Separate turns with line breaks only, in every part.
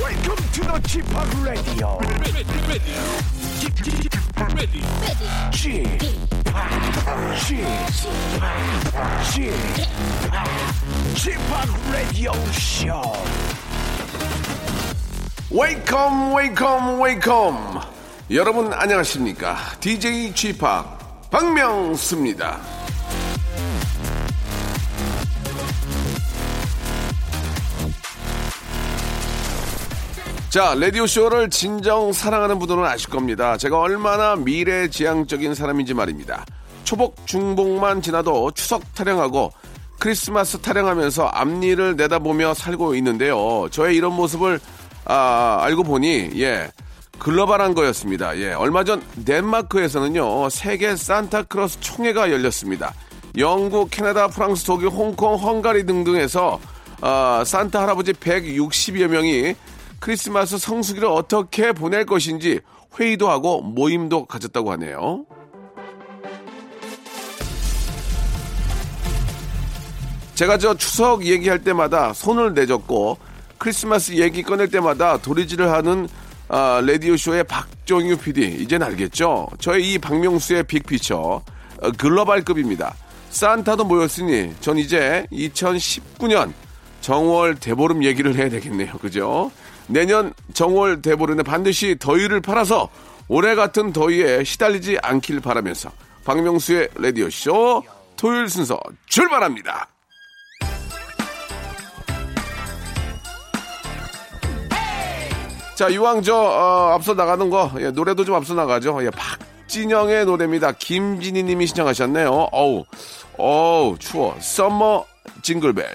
Welcome to the Chip Radio. Chip, Chip, Chip, Radio Show.
웨이컴 웨이컴 웨이컴 여러분 안녕하십니까 DJ g 팍 박명수입니다 자 라디오쇼를 진정 사랑하는 분들은 아실 겁니다 제가 얼마나 미래지향적인 사람인지 말입니다 초복 중복만 지나도 추석 타령하고 크리스마스 타령하면서 앞니를 내다보며 살고 있는데요 저의 이런 모습을 아, 알고 보니 예 글로벌한 거였습니다. 예, 얼마 전 덴마크에서는요 세계 산타크로스 총회가 열렸습니다. 영국, 캐나다, 프랑스, 독일, 홍콩, 헝가리 등등에서 아, 산타 할아버지 160여 명이 크리스마스 성수기를 어떻게 보낼 것인지 회의도 하고 모임도 가졌다고 하네요. 제가 저 추석 얘기할 때마다 손을 내줬고 크리스마스 얘기 꺼낼 때마다 도리질을 하는 아, 라디오쇼의 박종유 PD 이젠 알겠죠? 저의 이 박명수의 빅피처 어, 글로벌급입니다. 산타도 모였으니 전 이제 2019년 정월 대보름 얘기를 해야 되겠네요. 그죠? 내년 정월 대보름에 반드시 더위를 팔아서 올해 같은 더위에 시달리지 않길 바라면서 박명수의 라디오쇼 토요일 순서 출발합니다. 자, 이왕 저, 어, 앞서 나가는 거, 예, 노래도 좀 앞서 나가죠. 예, 박진영의 노래입니다. 김진희 님이 신청하셨네요. 어우, 어우, 추워. 썸머 징글벨.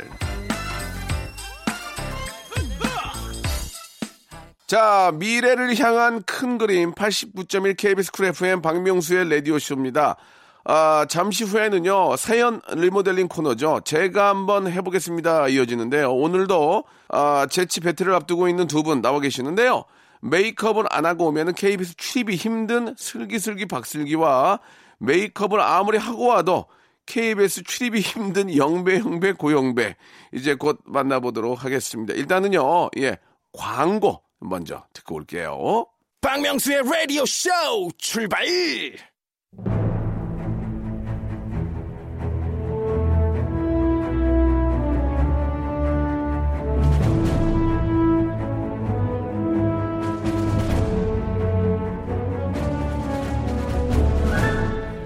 자, 미래를 향한 큰 그림 89.1 KBS 쿨 FM 박명수의 라디오쇼입니다. 아, 잠시 후에는요, 사연 리모델링 코너죠. 제가 한번 해보겠습니다. 이어지는데요. 오늘도, 아, 재치 배틀을 앞두고 있는 두 분 나와 계시는데요. 메이크업을 안 하고 오면은 KBS 출입이 힘든 슬기슬기 박슬기와 메이크업을 아무리 하고 와도 KBS 출입이 힘든 영배, 영배, 고영배. 이제 곧 만나보도록 하겠습니다. 일단은요, 예, 광고 먼저 듣고 올게요.
박명수의 Radio Show 출발.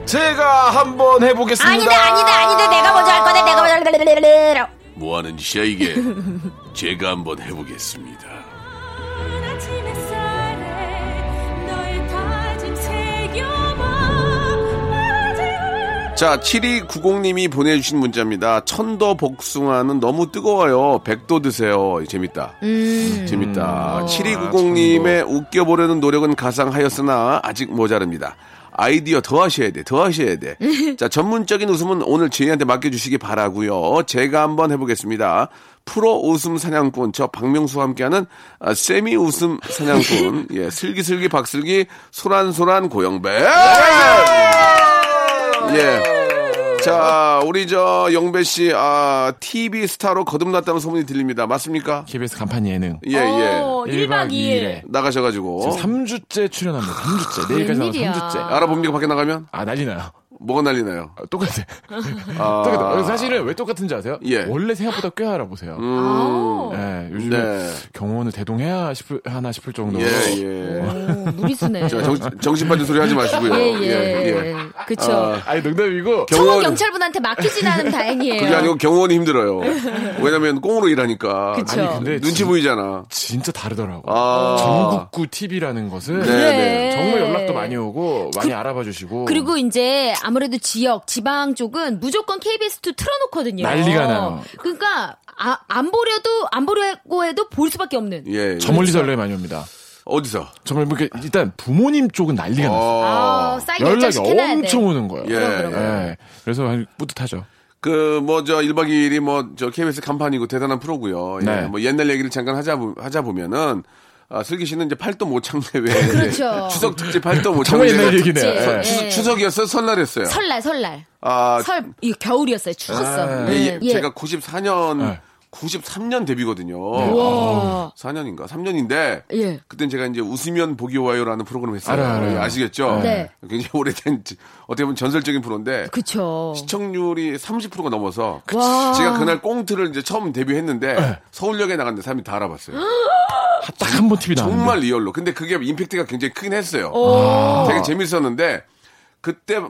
제가 한번 해보겠습니다.
아니다 아니다 아니다 내가 먼저 할 거다 내가 먼저 할 거다
뭐 하는 짓이야, 이게? 제가 한번 해보겠습니다.
아침 햇살에 너의 다짐 새겨봐 아직
자, 7290님이 보내주신 문자입니다. 천도 복숭아는 너무 뜨거워요. 백도 드세요. 재밌다. 재밌다. 7290님의 웃겨보려는 노력은 가상하였으나 아직 모자릅니다. 아이디어 더 하셔야 돼. 더 하셔야 돼. 자, 전문적인 웃음은 오늘 제이한테 맡겨주시기 바라고요 제가 한번 해보겠습니다. 프로 웃음 사냥꾼, 저 박명수와 함께하는 아, 세미 웃음 사냥꾼. 예, 슬기슬기 박슬기, 소란소란 고영배. 예. 자, 우리 저 영배 씨, 아, TV 스타로 거듭났다는 소문이 들립니다. 맞습니까?
KBS 간판 예능
예, 예.
어, 1박 2일에
나가셔가지고.
3주째 출연합니다. 3주째. 내일까지 나와서 3주째.
알아봅니까, 밖에 나가면?
아, 난리 나요.
뭐가 난리나요?
아, 똑같아. 똑같아. 어, 사실은 왜 똑같은지 아세요?
예.
원래 생각보다 꽤 알아보세요. 예, 요즘에
네.
경호원을 대동해야 싶을, 하나 싶을 정도로.
예, 예.
무리수네
자, 정, 정신 빠진 소리 하지 마시고요.
예예 그쵸
아니, 농담이고.
청원
경호원,
경찰분한테 예. 맡기진 않으면 다행이에요
그게 아니고 경호원이 힘들어요. 왜냐면 꽁으로 일하니까.
그쵸. 아니,
근데
눈치
진-
보이잖아.
진짜 다르더라고.
아.
전국구 TV라는 것은.
네, 네.
정말 연락도 많이 오고, 많이 알아봐 주시고.
그리고 이제 아무래도 지역 지방 쪽은 무조건 KBS2 틀어놓거든요
난리가 나요.
그러니까 아, 안 보려도 안 보려고 해도 볼 수밖에 없는
예. 예.
저 멀리서 연락이 많이 옵니다.
어디서?
정말 뭐 이렇게 일단 부모님 쪽은 난리가 났어요.
아, 사이드
연락이
결정시켜놔야 돼
엄청 오는 거예요.
예,
그럼,
예.
예. 그래서 아니, 뿌듯하죠.
그, 뭐, 저, 1박 2일이 뭐, 저, KBS 간판이고 대단한 프로고요 예,
네.
뭐, 옛날 얘기를 잠깐 하자, 보- 하자 보면은, 아, 슬기 씨는 이제 팔도 모창 대회.
그렇죠.
추석 특집 팔도 모창
정말
대회.
옛날 얘기네요.
그치.
예.
예.
추석이었어요? 설날이었어요?
설날 설날
아,
설, 이 겨울이었어요. 추웠어.
아,
예,
예,
예. 제가 94년
네.
93년 데뷔거든요.
우와.
4년인가? 3년인데
예.
그땐 제가 이제 웃으면 보기 와요라는 프로그램 했어요.
알아요, 알아요.
시겠죠
네.
굉장히 오래된 어떻게 보면 전설적인 프로인데
그쵸.
시청률이 30%가 넘어서
와.
제가 그날 꽁트를 이제 처음 데뷔했는데
네.
서울역에 나갔는데 사람이 다 알아봤어요.
딱 한 번 TV 나왔는데.
정말 리얼로. 근데 그게 임팩트가 굉장히 크긴 했어요.
아.
되게 재밌었는데 그때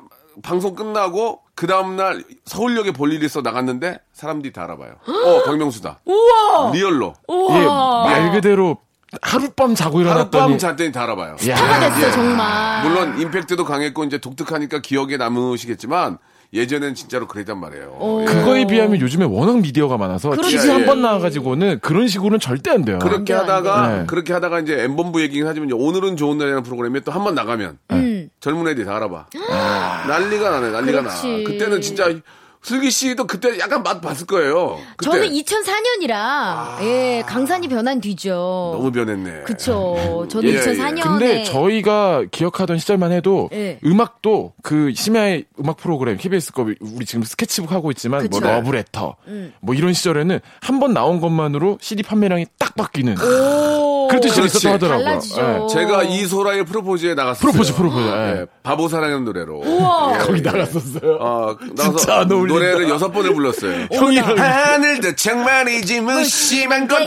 방송 끝나고 그 다음날 서울역에 볼 일이 있어 나갔는데 사람들이 다 알아봐요. 어, 박명수다.
우와.
리얼로.
예,
우와.
말 그대로 하룻밤 자고
하룻밤
일어났더니
잤더니 다 알아봐요.
야.
스타가 됐어
예.
정말.
물론 임팩트도 강했고 이제 독특하니까 기억에 남으시겠지만 예전엔 진짜로 그랬단 말이에요. 예.
그거에 비하면 요즘에 워낙 미디어가 많아서
그렇지.
TV 한
예.
번 나와가지고는 그런 식으로는 절대 안 돼요.
그렇게
안 돼, 안
하다가
돼. 네.
그렇게 하다가 이제 엠본부 얘기긴 하지만 이제 오늘은 좋은 날이라는 프로그램에 또 한 번 나가면
음.
젊은 애들이 다 알아봐. 난리가 나네, 난리가
그렇지.
나. 그때는 진짜 슬기 씨도 그때 약간 맛 봤을 거예요. 아, 그때 아.
저는 2004년이라 예 강산이 변한 뒤죠.
너무 변했네.
그쵸. 저는
예, 예.
2004년에
근데 저희가 기억하던 시절만 해도
아, 네. 예.
음악도 그 심야의 음악 프로그램 KBS 거 우리 지금 스케치북 하고 있지만
그쵸. 음.
뭐 러브레터 뭐 이런 시절에는 한 번 나온 것만으로 CD 판매량이 딱 바뀌는
오.
그랬던 시절이
그렇지.
있었다 하더라고요.
어, 달라지죠.
예.
제가 이소라의 프로포즈에 나갔어요. 아, 네.
프로포즈 프로포즈. 예.
바보 사랑하는 노래로.
거기 나갔었어요.
어, 나가서
진짜 안 어울린다.
노래를 여섯 번을 불렀어요.
형이랑
하늘도 정말이지 무심한 건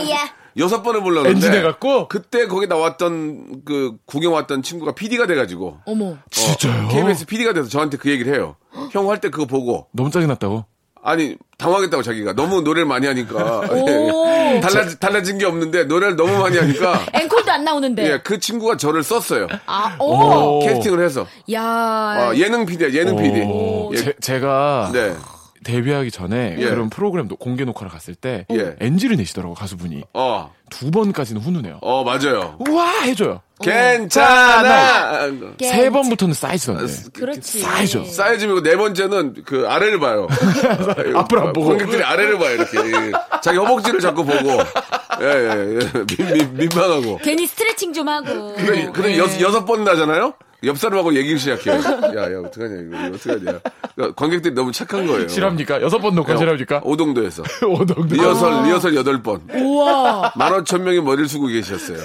여섯 번을 불렀는데
엔진 해갖고?
그때 거기 나왔던 그 구경 왔던 친구가 PD가 돼가지고
어머.
진짜요?
KBS PD가 돼서 저한테 그 얘기를 해요. 형 할 때 그거 보고
너무 짜증났다고.
아니 당황했다고 자기가 너무 노래를 많이 하니까 예, 달라 달라진 게 없는데 노래를 너무 많이 하니까
앵콜도 안 나오는데.
예 그 친구가 저를 썼어요
아, 오.
네. 오.
캐스팅을 해서
야.
아, 예능 PD야 예능 PD
오,
예,
제, 제가
네
데뷔하기 전에
예.
그런 프로그램 노- 공개 녹화를 갔을 때
예.
NG를 내시더라고 가수분이
어,
두 번까지는 훈훈해요.
어, 맞아요.
우와 해줘요.
괜찮아.
게-
세 번부터는
아,
사이즈던데.
그렇지.
쌓이죠.
사이즈이고 네 번째는 그 아래를 봐요.
앞을 안 보고.
관객들이 아래를 봐요 이렇게. 예. 자기 허벅지를 자꾸 보고. 예, 예, 예. 민, 민, 민망하고.
괜히 스트레칭 좀 하고.
그래, 그래
예.
여섯, 여섯 번 나잖아요? 옆 사람하고 얘기를 시작해요. 야, 야, 어떡하냐, 이거, 이거 어떡하냐. 그러니까 관객들이 너무 착한 거예요.
실합니까? 여섯 번 녹화 실합니까?
오동도에서.
오동도.
리허설, 리허설 여덟 번.
우와.
만 오천 명이 머리를 숙고 계셨어요.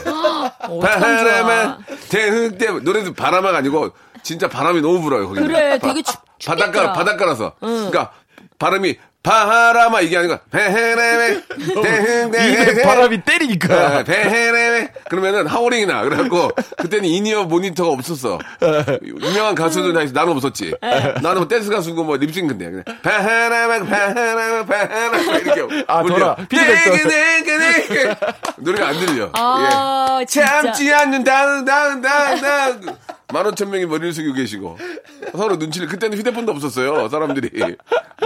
어,
바람아, 대흥 때, 노래도 바람아가 아니고, 진짜 바람이 너무 불어요, 거기.
그래, 되게 춥,
바닷가
춥겠더라.
바닷가라서. 그러니까 발음이 바라마 이게 아니라 베헤레베
입에
베헤레베
바람이
예.
때리니까.
베헤레베 그러면은 하우링이나 그래갖고 그때는 인이어 모니터가 없었어. 유명한 가수들 다 있어. 나는 없었지. 나는 뭐 댄스 가수고 뭐 립싱 근데 그냥 베헤레베 베헤레베 베헤레베 이렇게
아, 돌아. 피드백 돌아.
네게 네게 네게 노래가 안 들려. 예.
아, 진짜.
참지 않는다, 다, 다, 다. 만 오천 명이 머리를 숙이고 계시고 서로 눈치를 그때는 휴대폰도 없었어요 사람들이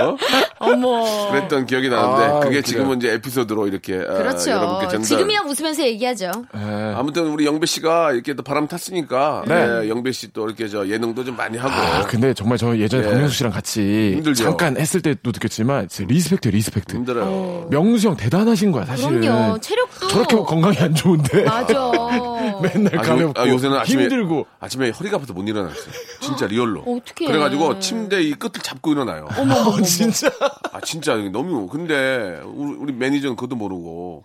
어?
어머.
그랬던 기억이 나는데
아,
그게
그래요.
지금은 이제 에피소드로 이렇게 아, 여러분께
그렇죠.
전달.
지금이야 웃으면서 얘기하죠.
예.
네. 아무튼 우리 영배 씨가 이렇게 또 바람 탔으니까
네.
예, 영배 씨 또 이렇게 저 예능도 좀 많이 하고
아, 근데 정말 저 예전에
예.
박명수 씨랑 같이
힘들죠.
잠깐 했을 때도 느꼈지만 진짜 리스펙트 리스펙트.
힘들어요. 아,
명수 형 대단하신 거야 사실은.
그럼요. 체력도.
예. 저렇게 건강이 안 좋은데.
맞아.
맨날
아, 요,
가볍고
새는 아침에
힘들고
아침에 허리가 아파서 못 일어났어요. 진짜 리얼로.
어떡해.
그래가지고 침대 이 끝을 잡고 일어나요.
어, 진짜
아 진짜 이게 너무 근데 우리, 우리 매니저는 그것도 모르고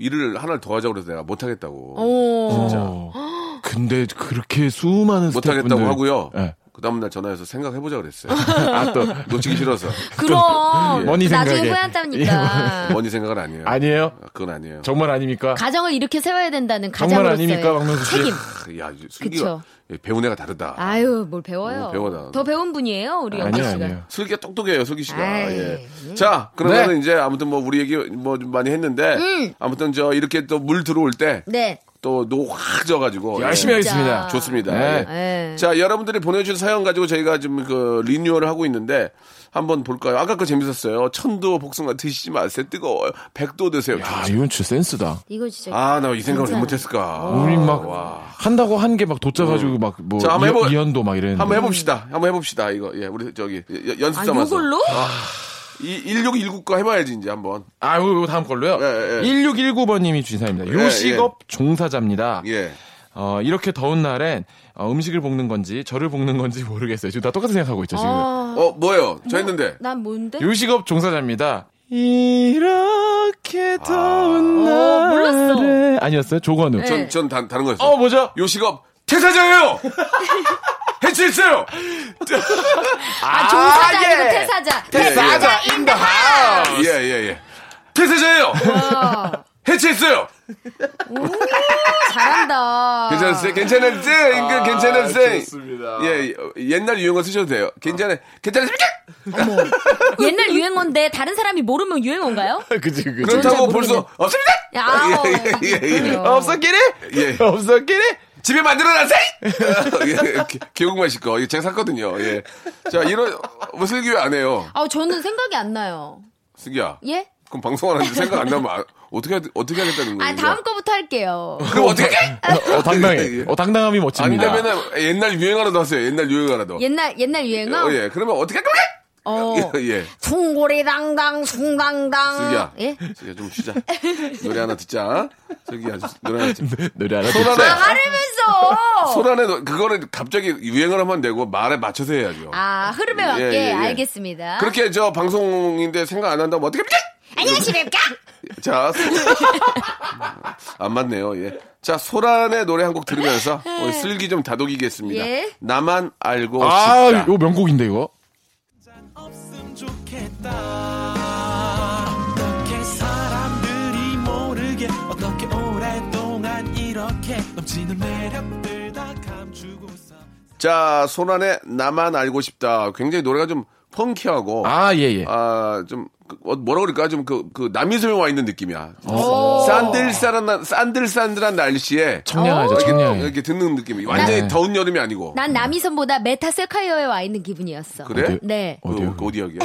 일을 하나를 더 하자고 그래서 내가 못하겠다고
어.
어, 근데 그렇게 수많은
못하겠다고
스태프분들-
하고요
예.
그 다음날 전화해서 생각해보자 그랬어요
아, 또
놓치기 싫어서
그럼.
머니
나중에
생각에. 예.
후회한답니다.
원이 생각은 아니에요
아니에요?
아, 그건 아니에요
정말 아닙니까?
가정을 이렇게 세워야 된다는
정말
가장으로서의
아닙니까, 박명수 씨?
책임.
크, 야 슬기가
그쵸.
배운 애가 다르다
아유, 뭘 배워요.
오, 배워다.
더 배운 분이에요, 우리 영배
아니요,
씨가.
아니요.
슬기가 똑똑해요 슬기 씨가
아이,
예. 자 그러면은
네.
이제 아무튼 뭐 우리 얘기 뭐좀 많이 했는데
음.
아무튼 저 이렇게 또 물 들어올
네.
때 또노확 져가지고
열심히
예.
하겠습니다.
좋습니다.
네.
예.
예.
자, 여러분들이 보내주신 사연 가지고 저희가 지금 그 리뉴얼을 하고 있는데 한번 볼까요? 아까 거 재밌었어요. 천도 복숭아 드시지 마세요. 뜨거워요. 백도 드세요.
야, 아, 이건 진짜 센스다.
이거 진짜.
아, 나 이 생각을 왜
괜찮아요.
못했을까.
우리 막
와. 음.
한다고 한 게 막 돗자가지고 막 뭐
자, 한번 해보-
이연도 막 이랬는데.
한번 해봅시다. 한번 해봅시다. 이거. 예, 우리 저기 여- 연습
아,
삼아서.
요걸로?
이 1619 거 해봐야지, 이제 한번.
아유, 이거 다음 걸로요.
예, 예.
1619번님이 주신 사연입니다.
예, 예.
요식업 종사자입니다.
예.
어, 이렇게 더운 날엔 어, 음식을 볶는 건지 저를 볶는 건지 모르겠어요. 지금 다 똑같은 생각하고 있죠, 지금.
아,
어, 뭐요? 저 했는데.
난 뭔데?
요식업 종사자입니다. 아. 이렇게 더운
어, 몰랐어.
날에 아니었어요? 조건우.
네.
전, 전 다, 다른 거였어요.
어 뭐죠?
요식업 퇴사자예요! 해체했어요!
아, 종사자 아니고 퇴사자. 예. 퇴사자 인더 하우.
예, 예, 예. 퇴사자예요! 해체했어요!
잘한다.
괜찮았어요? 괜찮았어요? 인근 괜찮았어요?
좋습니다.
예, 어, 옛날 유행어 쓰셔도 돼요. 괜찮아요? 괜찮았어요?
옛날 유행어인데 다른 사람이 모르면 유행어인가요?
그지 그지.
그렇다고
모르겠네.
벌써 없습니다!
야, 아오.
예, 예, 예, 예.
그럼요.
없었기래?
예.
없었기래?
집에 만들어놨어요! 예, 기- 기억나실 거. 이거 제가 샀거든요. 예. 자, 이런, 뭐, 슬기 왜 안 해요?
아, 저는 생각이 안 나요.
슬기야.
예?
그럼 방송하는데 생각 안 나면 아- 어떻게, 하- 어떻게 하겠다는 거예요? 예,
아, 다음 거부터 할게요.
그럼 어떻게 해?
어, 어, 당당해. 어, 당당함이
안
멋집니다.
되면은 옛날 유행하라도 하세요. 옛날 유행하라도.
옛날, 옛날 유행어?
어, 예. 그러면 어떻게 할 거야?
어.
예, 예.
숭고리당당, 숭당당.
슬기야.
예?
슬기야, 좀 쉬자. 노래 하나 듣자. 슬기야, 좀 노래 하나 듣자.
노래 하나
손
듣자.
아,
안에,
하르면서!
손 안에, 너- 그거를 갑자기 유행을 하면 안 되고 말에 맞춰서 해야죠.
아, 흐름에 맞게
예, 예, 예.
알겠습니다.
그렇게 저 방송인데 생각 안 한다면 어떻게 합니까?
안녕하십니까?
자, 소- 안 맞네요. 예. 자, 소란의 노래 한 곡 들으면서 오늘 슬기 좀 다독이겠습니다.
네. 예.
나만 알고
아,
싶다.
이거 명곡인데 이거.
없음 좋겠다. 어떻게 사람들이 모르게 어떻게 오랫동안 이렇게 넘치는 매력들 다 감추고서
자, 소란의 나만 알고 싶다. 굉장히 노래가 좀 펑키하고
아, 예, 예.
아, 좀, 그, 어, 뭐라 그럴까? 좀 그, 그, 남이섬에 와 있는 느낌이야. 산들산한, 산들산들한 날씨에.
어.
어,
청량하죠,
이렇게,
청량해.
이렇게 듣는 느낌이. 완전히
네.
더운 여름이 아니고.
난 남이섬보다 메타 셀카이어에 와 있는 기분이었어.
그래?
어디-
네.
그,
어디요?
그 어디 여기야?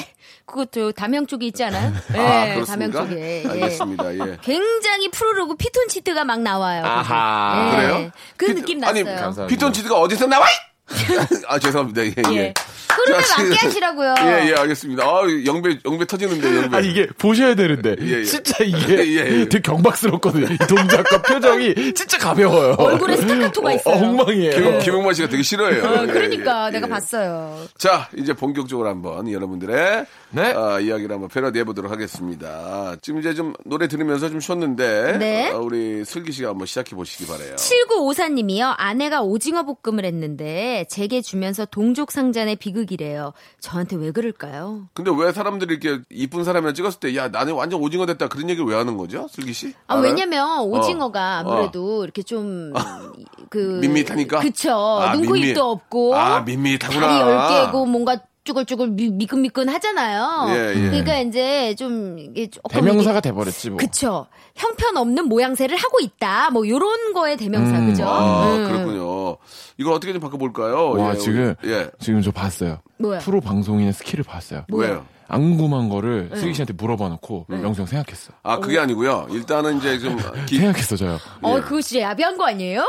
그것도 담양 쪽에 있지 않아요?
아,
네, 담양
그렇습니까?
쪽에. 예.
알겠습니다, 예.
굉장히 푸르르고 피톤치드가 막 나와요.
아하.
예.
그래요?
그
피-
느낌
아니,
났어요.
감사합니다.
피톤치드가 어디서 나와? 아, 죄송합니다. 예, 예.
예. 흐름에
자, 지금-
맞게 하시라고요.
예, 예, 알겠습니다. 아, 영배, 영배 터지는데, 영배.
아 이게 보셔야 되는데
예, 예.
진짜 이게
예, 예.
되게 경박스럽거든요. 이 동작과 표정이 진짜 가벼워요.
얼굴에 스타카토가
어,
있어요.
엉망이에요.
김, 김용만 씨가 되게 싫어해요.
어,
예,
그러니까
예,
내가
예.
봤어요.
자, 이제 본격적으로 한번 여러분들의
네.
어, 이야기를 한번 패러디해 보도록 하겠습니다. 지금 이제 좀 노래 들으면서 좀 쉬었는데
네.
어, 우리 슬기 씨가 한번 시작해 보시기 바래요.
7954님이요. 아내가 오징어 볶음을 했는데 제게 주면서 동족 상잔의 비극이래요. 저한테 왜 그럴까요?
근데 왜 사람들이 이렇게 이쁜 사람이랑 찍었을 때 야 나는 완전 오징어 됐다 그런 얘기를 왜 하는 거죠, 슬기 씨?
아,
알아요?
왜냐면 오징어가
어.
아무래도 이렇게 좀 그,
밋밋하니까?
그쵸.
아,
눈코
밋밋.
입도 없고.
아, 밋밋하구나.
다리 열 개고 뭔가 쭈글쭈글 미, 미끈미끈 하잖아요.
예, 예.
그러니까 이제 좀 이게 조금
대명사가
이게-
돼버렸지 뭐.
그쵸. 형편없는 모양새를 하고 있다. 뭐 요런 거에 대명사 그죠?
아
음.
그렇군요. 이걸 어떻게 좀 바꿔볼까요?
와
예,
지금
우리- 예
지금 저 봤어요.
뭐야?
프로 방송인의 스킬을 봤어요. 네.
뭐예요?
안 궁금한 거를
네.
슬기 씨한테 물어봐 놓고 명성 생각했어.
아 그게 아니고요. 일단은 이제 좀 기-
생각했어 저요.
예.
어, 그거 진짜 야비한 거 아니에요?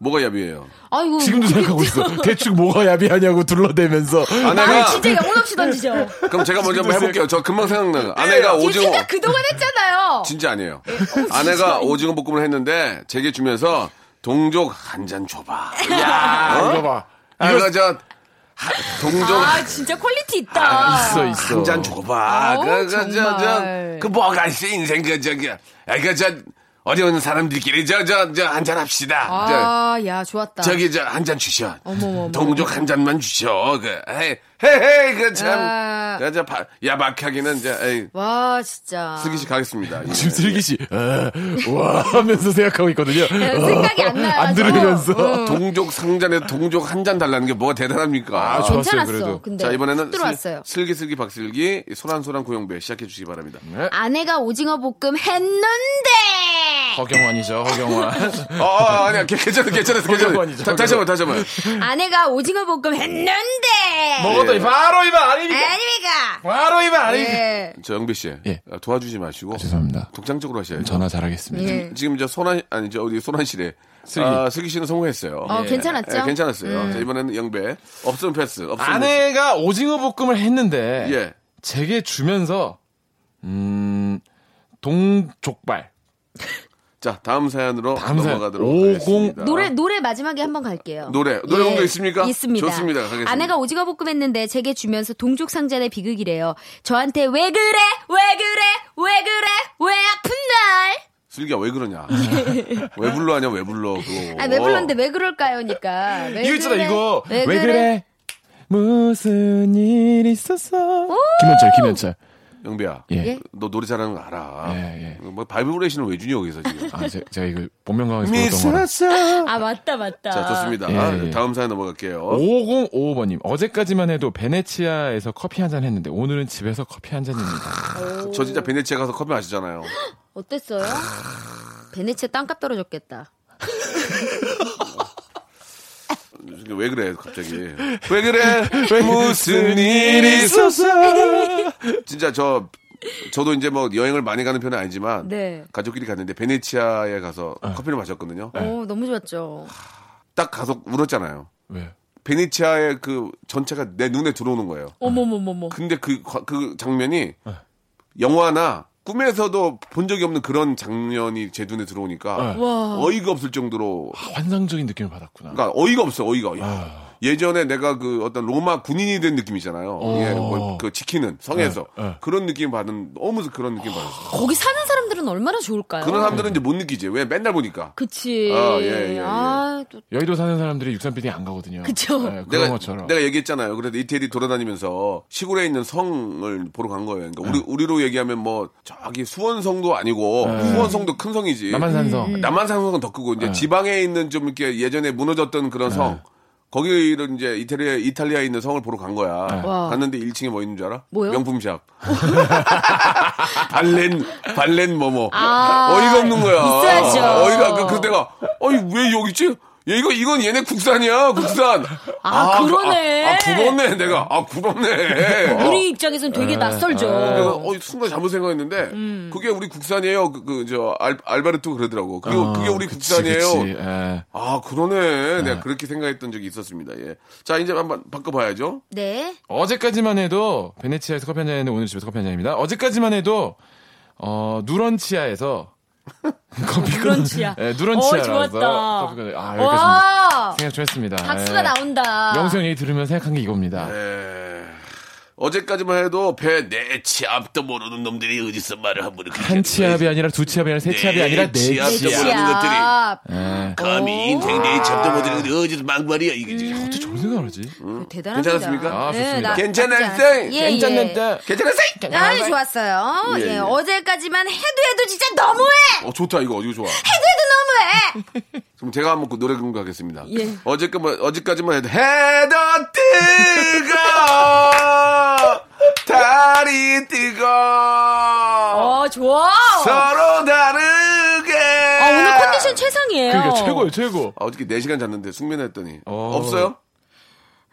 뭐가 야비해요?
아이고. 뭐
지금도
그게
생각하고
좀-
있어. 대충 뭐가 야비하냐고 둘러대면서
말을
아내가
진짜 영혼없이 던지죠.
그럼 제가 먼저 한번 해볼게요. 저 금방 생각나요. 아내가
네, 지금
오징어
생각 그동안 네, 어, 했잖아요.
진짜 아니에요. 아내가 오징어 볶음을 했는데 제게 주면서 동족 한 잔 줘봐.
야 이거 봐. 아,
이거 저 하- 동족
아, 진짜 퀄리티 있다.
있어 있어.
아, 한 잔 줘봐. 그,
어, 정말.
그저저그 뭐가 있어 인생 그 저기 그저 어디 오는 사람들끼리 저 저 저 한 잔 합시다.
아, 야, 좋았다.
저, 저기 저 한 잔 주셔.
어머머머.
동족 한 잔만 주셔. 그 헤이 헤이 그
아.
그참 그저 바- 야박하기는 이제 에이,
와, 진짜.
슬기 씨 가겠습니다. 예.
지금 슬기 씨, 아, 와 하면서 생각하고 있거든요.
네,
어,
생각이 안 어, 나요.
안
음.
들으면서.
동족 상잔에 동족 한 잔 달라는 게 뭐가 대단합니까?
아, 좋았어요,
괜찮았어.
그래도.
근데
자 이번에는
들어왔어요.
슬, 기 슬기 박슬기 소란소란 고영배 시작해 주시기 바랍니다.
네.
아내가 오징어 볶음 했는데
허경환이죠, 허경환.
아, 아 아니야 괜- 괜찮아 괜찮아
허경환이죠,
괜찮아. 다시 한번 다시 한번.
아내가 오징어 볶음 했는데
먹었더니 바로 입안 아닙니까?
아닙니까?
바로 입안 아닙니까?
예.
저 영배 씨
예.
아, 도와주지 마시고
죄송합니다.
독창적으로 하셔야죠. 음,
전화 잘하겠습니다.
예.
지금 저 소란 아니 저 우리 소란 씨래.
슬기.
아, 슬기 씨는 성공했어요.
어, 괜찮았죠? 음.
예, 괜찮았어요. 자 이번에는 영배 없으면 패스. 없으면 패스.
아내가 오징어 볶음을 했는데
예.
제게 주면서 음 동족발
자, 다음 사연으로
다음 사연.
넘어가도록
50
하겠습니다.
노래 노래 마지막에 한번 갈게요. 예,
노래. 노래 온거 있습니까?
있습니다.
좋습니다. 가겠습니다.
아내가 오징어 볶음했는데 제게 주면서 동족 상자의 비극이래요. 저한테 왜 그래 왜 그래 왜 그래 왜 아픈 날?
슬기야 왜 그러냐? 왜 불러 하냐? 왜 불러? 그거.
예. 아왜 불렀는데 왜 그럴까요니까. 왜
이거 있잖아
그래?
이거
왜, 그래?
무슨 일 있었어 김현철 김현철
영배야.
예예
너 노래 잘하는 거 알아.
예,
뭐 바이브레이션을 왜 주니 여기서 지금?
아, 제, 제가 이거 본명강에서 배웠던 거라
미스터
아 맞다 맞다.
자, 좋습니다. 아,
예, 예.
다음 사연 넘어갈게요.
5055번님 어제까지만 해도 베네치아에서 커피 한 잔 했는데 오늘은 집에서 커피 한 잔입니다
저 진짜 베네치아 가서 커피 마시잖아요.
어땠어요? 베네치아 땅값 떨어졌겠다.
왜 그래 갑자기? 왜 그래? 무슨 일이
있었어
진짜 저 저도 이제 뭐 여행을 많이 가는 편은 아니지만
네.
가족끼리 갔는데 베네치아에 가서 커피를 마셨거든요.
오 어, 너무 좋았죠.
딱 가서 울었잖아요.
왜
베네치아의 그 전체가 내 눈에 들어오는 거예요.
어머머머머.
근데 그, 과- 그 장면이 영화나 꿈에서도 본 적이 없는 그런 장면이 제 눈에 들어오니까
네.
와.
어이가 없을 정도로
아, 환상적인 느낌을 받았구나
그러니까 어이가 없어 어이가 야,
아,
예전에 내가 그 어떤 로마 군인이 된 느낌이잖아요
어.
예, 뭐, 그 지키는 성에서
네, 네.
그런 느낌 받은 너무 그런 느낌 받았어요
거기 사는 사람들은 얼마나
아.
좋을까요?
그런 사람들은 이제 못 느끼지 왜 맨날 보니까
그치.
아, 예, 예,
아, 또
여의도 사는 사람들이 육삼 PD 안 가거든요
그쵸.
예, 그런
내가
것처럼
내가 얘기했잖아요 그래도 이태리 돌아다니면서 시골에 있는 성을 보러 간 거예요 그러니까 우리 우리로 얘기하면 뭐 저기 수원성도 아니고
네.
수원성도 큰 성이지
남한산성
음. 남한상성은 더 크고 이제
음. 네.
지방에 있는 좀 이렇게 예전에 무너졌던 그런 성 거기를 이제 이탈리아 이탈리아에 있는 성을 보러 간 거야.
와.
갔는데 1층에 뭐 있는 줄 알아?
뭐요?
명품샵. 발렌 발렌 뭐뭐.
아.
어이가 없는 거야.
있어야죠.
어이가 그, 그 내가 어이 왜 여기 있지? 얘 이거 이건 얘네 국산이야 국산.
아,
그-
그러네.
아, 아, 부럽네 내가. 아 부럽네. 어.
우리 입장에선 되게 낯설죠.
내가 어, 순간 잘못 생각했는데 그게 우리 국산이에요. 그 저 알바르토 그러더라고. 그게,
어,
아, 그게 우리
그치,
국산이에요.
그치. 예.
아 그러네. 내가 그렇게 생각했던 적이 있었습니다. 예. 자 이제 한번 바꿔봐야죠.
네.
어제까지만 해도 베네치아에서 커피 한 잔인데 오늘 집에서 커피 한 잔입니다. 어제까지만 해도 어 누런치아에서 커피 끊-
누런치아.
예, 누런치아라서
어, 좋았다.
커피 끊- 아 여기까지입니다.
와,
생각 좀 했습니다. 네.
박수가 나온다.
명수 형이 들으면 생각한 게 이겁니다.
예. 어제까지만 해도 배 내 치압도 모르는 놈들이 어디서 말을 한 번에
한 치압이 아니라 두 치압이 아니라 세 치압이 아니라 네
치압.
치압.
또 모르는 것들이.
치압.
예.
감히 인생 내 치압도 모르는 놈들이 어디서 막말이야 이게 지금.
어떻게 저런 생각 알지?
대단합니다.
괜찮았습니까?
아, 좋습니다.
괜찮았어요.
네,
네,
예, 예.
괜찮는데.
괜찮았어요?
아니, 좋았어요.
예,
예,
예.
어제까지만 해도 해도 진짜 너무해!
어 좋다 이거 이거 좋아.
해도 해도
그럼 제가 한번 그 노래 공부하겠습니다.
예.
어제까지만, 어제까지만 해도 해도 뜨거 달이 뜨거
너무해! 어, 좋아!
서로 다르게
아, 오늘 컨디션 최상이에요.
그러니까 최고예요, 최고.
아, 어저께 4시간 잤는데 숙면했더니
어.
없어요?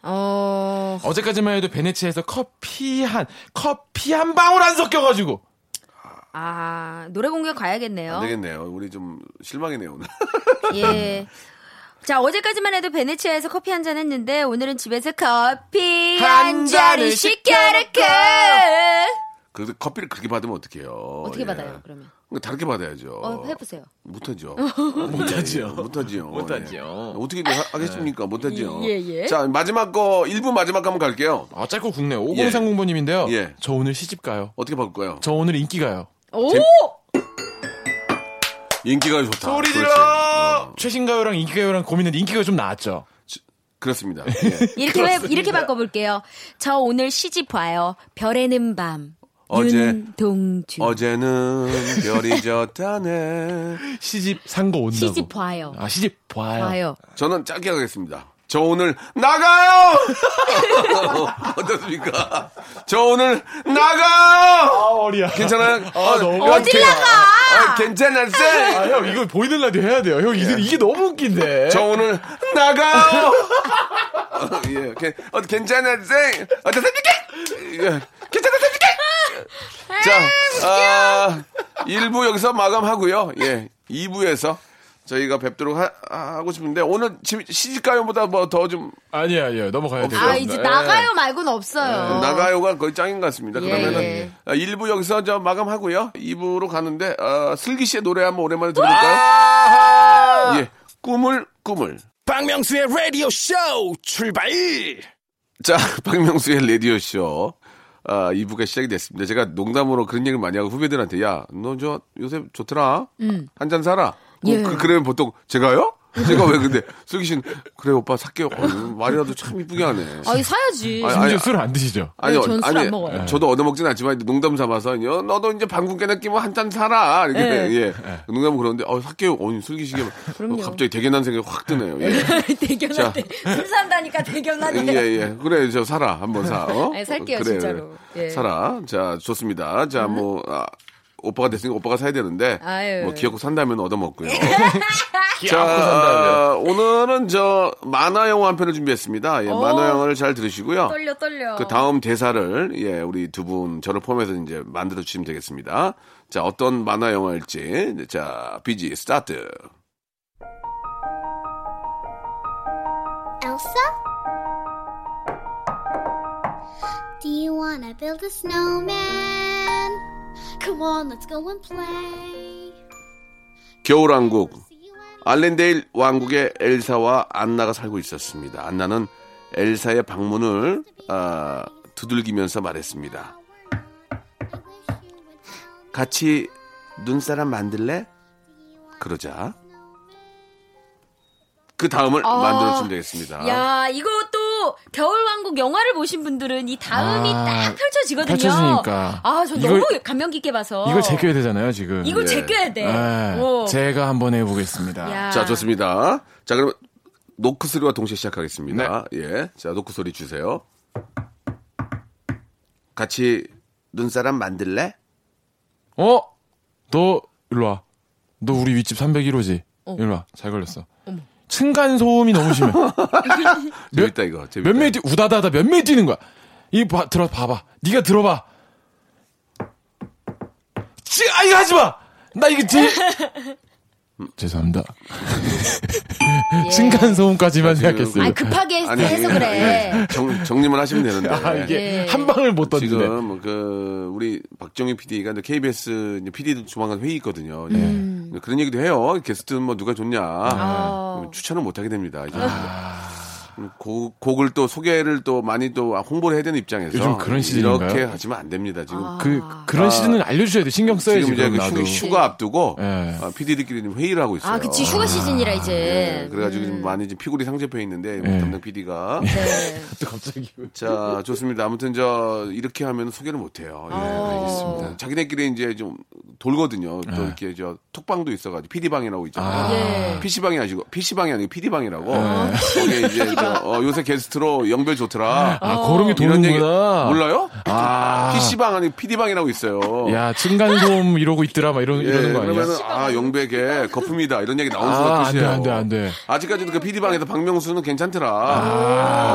어,
어제까지만 해도 베네치아에서 커피 한 커피 한 방울 안 섞여 가지고
아, 노래 공개 가야겠네요.
안 되겠네요. 우리 좀 실망이네요 오늘.
예. 자, 어제까지만 해도 베네치아에서 커피 한 잔 했는데 오늘은 집에서 커피
한
한
잔을
잔을 시켜놓고
그래서 커피를 그렇게 받으면 어떡해요.
어떻게
예.
받아요, 그러면?
그러니까 다르게 받아야죠.
어, 해보세요.
못하죠.
못하지요.
예, 못하지요.
못하지요.
예. 어떻게 하- 하겠습니까? 못하지요.
예, 예.
자, 마지막 거, 1부 마지막 거 한번 갈게요.
아, 짧고 굵네. 5030번님인데요.
예.
저 오늘 시집 가요.
어떻게 바꿀 거예요?
저 오늘 인기 가요.
오!
인기가 좋다. 어,
소리 질러! 최신 가요랑 인기 가요랑 고민했는데 인기가 좀 나왔죠.
그렇습니다 예.
이렇게, 해- 이렇게 바꿔볼게요. 저 오늘 시집 와요. 별에는 밤.
어제.
윤동주.
어제는 별이 졌다네.
시집 산거 온다고.
시집 와요.
아, 시집 봐요.
와요.
저는 짧게 하겠습니다. 저 오늘 나가요! 어떻습니까? 저 오늘 나가요!
어리야.
괜찮아요? 어,
너무
어딜 나가! 괜찮았어?
아, 형, 이거 보이는 라디오 해야 돼요. 형, 이게, 이게 너무 웃긴데.
저 오늘 나가요! 어, 네? 예, 괜- 어, 괜찮았어? 어떻습니까? 예, 괜찮았습니까? 자, 아, 1부 여기서 마감하고요. 예, 2부에서 저희가 뵙도록 하, 아, 하고 싶은데 오늘 집- 시집가요보다 뭐 더 좀
아니요, 아니요. 넘어가야 돼요.
없어요.
아, 이제 나가요 말고는 없어요.
네, 나가요가 거의 짱인 것 같습니다.
아. 예,
그러면은
예.
아, 1부 여기서 저 마감하고요. 2부로 가는데 아, 슬기 씨의 노래 한번 오랜만에 들을까요? 예, 꿈을 꿈을.
박명수의 라디오 쇼 출발!
자, 박명수의 라디오쇼. 아, 2부가 시작이 됐습니다. 제가 농담으로 그런 얘기를 많이 하고 후배들한테, 야, 너 저 요새 좋더라? 한 잔 사라?
음. 예.
그, 그러면 보통, 제가요? 제가 왜 근데, 슬기 씨는, 그래, 오빠 살게요. 어, 말이라도 참 이쁘게 하네.
아, 이 사야지.
아니,
심지어
아니,
술을 안 드시죠?
아니, 예.
네, 전술안 먹어요.
저도 얻어먹진 않지만, 농담 삼아서, 야, 너도 이제 방구 깨나 끼면 한 잔 사라. 이렇게,
네.
예. 농담은 그러는데, 어, 살게요. 어, 슬기 씨가
그럼요.
갑자기 대견한 생각이 확 드네요. 예. 자.
대견할 때. 술 산다니까 대견하네.
예, 예. 그래, 저 사라. 한번 사. 어?
아니, 살게요, 진짜로. 예. 음.
사라. 자, 좋습니다. 자, 뭐, 아, 오빠가 됐으니까 오빠가 사야 되는데,
아유.
뭐, 귀엽고 산다면 얻어먹고요. 자, 아, 오늘은 저, 만화영화 한 편을 준비했습니다. 예, 만화영화를 잘 들으시고요.
떨려, 떨려.
그 다음 대사를, 예, 우리 두 분, 저를 포함해서 이제 만들어주시면 되겠습니다. 자, 어떤 만화영화일지, 자, 비지, 스타트.
Elsa? Do you want to build a snowman? Come on, let's go and play.
겨울왕국.
See you at
알렌데일 왕국의 엘사와 안나가 살고 있었습니다. 안나는 엘사의 방문을 아, 두들기면서 말했습니다.
our I wish you would tell me.
같이 눈사람 만들래? 그러자 그 다음을
아,
만들어주면 되겠습니다.
야, 이것도 겨울왕국 영화를 보신 분들은 이 다음이
아,
딱 펼쳐지거든요.
펼쳐지니까.
아, 저
이걸-
너무 감명 깊게 봐서.
이걸 제껴야 되잖아요, 지금.
어. 이걸
예.
제껴야 돼.
예.
오.
제가 한번 해보겠습니다.
야.
자 좋습니다. 자 그럼 노크 소리와 동시에 시작하겠습니다.
네.
예, 자 노크 소리 주세요. 같이 눈사람 만들래?
어? 너 일로 와. 너 우리 윗집 301호지.
어.
일로 와. 잘 걸렸어. 층간 소음이 너무 심해.
재밌다 이거. 재밌다.
몇메 뛰, 우다다다 몇 메 뛰는 거야. 이 봐, 들어 봐봐. 네가 들어봐. 지, 아 이거 하지 마. 나 이거 지. 음, 죄송합니다.
예.
층간 소음까지만 생각했어요.
아니, 급하게
아니,
해서
예,
그래.
예. 정, 정리만 하시면 되는데.
아, 이게
예.
한 방을 못 던지네.
지금 그 우리 박정희 PD가 KBS PD 조만간 회의 있거든요.
네.
예. 그런 얘기도 해요. 게스트 뭐 누가 좋냐
음.
음,
아.
추천을 못 하게 됩니다. 이제 음, 곡, 곡을 또 소개를 또 많이 또 아, 홍보를 해야 되는 입장에서
요즘 그런 시즌인가요?
이렇게 하시면 안 됩니다. 지금
그
아.
그런 시즌은 알려주셔야 돼. 신경
아.
써야지.
지금 이제
그럼
그
나도.
휴, 가 앞두고
예.
PD들끼리 좀 회의를 하고 있어요.
네. 아, 그치. 휴가 시즌이라
예,
이제.
그래가지고 지금 많이 지금 피골이 상접해 있는데
예.
담당 PD가
네.
또 갑자기. 왜-
자, 좋습니다. 아무튼 저 이렇게 하면 소개를 못 해요. 예, 알겠습니다. 자기네끼리 이제 좀 돌거든요. 또
예.
이렇게 저 톡방도 있어 가지고 PD방이라고 있잖아요.
예.
PC방이 아니고 PC방이 아니고 PD방이라고. 거기 이제 저, 어, 요새 게스트로 연결 좋더라.
예.
어,
아 그런 게
이런 얘기
도는구나.
몰라요?
아.
PC방 아니 PD방이라고 있어요.
야 층간 소음 이러고 있더라. 막 이런
예,
이러는 거 아니야?
그러면은 아 영백에 거품이다 이런 얘기 나온 수가
아, 안 돼,
끝이에요.
안 돼, 안 돼.
아직까지도 그 PD방에서 박명수는 괜찮더라.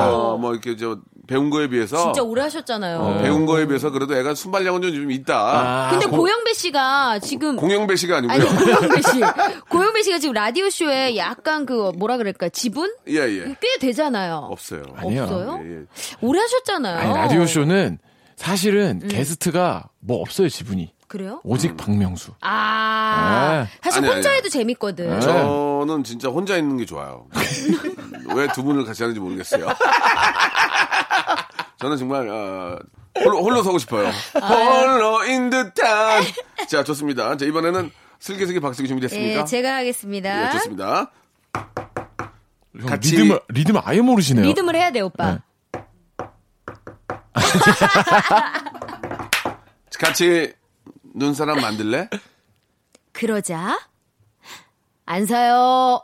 어, 뭐 이렇게 저 배운 거에 비해서
진짜 오래 하셨잖아요.
어, 배운 거에 비해서 그래도 애가 순발력은 좀
아,
있다.
근데 고영배 씨가 지금
공영배 씨가 아니고요.
아니 고영배 씨 고영배 씨가 지금 라디오 쇼에 약간 그 뭐라 그럴까 지분
예, 예.
꽤 되잖아요.
없어요.
아니요.
없어요?
예, 예.
오래 하셨잖아요.
아니 라디오 쇼는
음.
사실은 게스트가 뭐 없어요 지분이.
그래요?
오직 박명수.
아
네.
사실
아니,
혼자
아니.
해도 재밌거든.
네.
저는 진짜 혼자 있는 게 좋아요. 왜 두 분을 같이 하는지 모르겠어요. 저는 정말 어, 홀로, 홀로 서고 싶어요.
아.
홀로 인 듯한. 자, 좋습니다. 자, 이번에는 슬기슬기 박수기 준비됐습니까?
예, 제가 하겠습니다.
예, 좋습니다.
형,
같이-
리듬을 리듬 아예 모르시네요.
리듬을 해야 돼 오빠.
네.
같이 눈사람 만들래?
그러자 안 사요.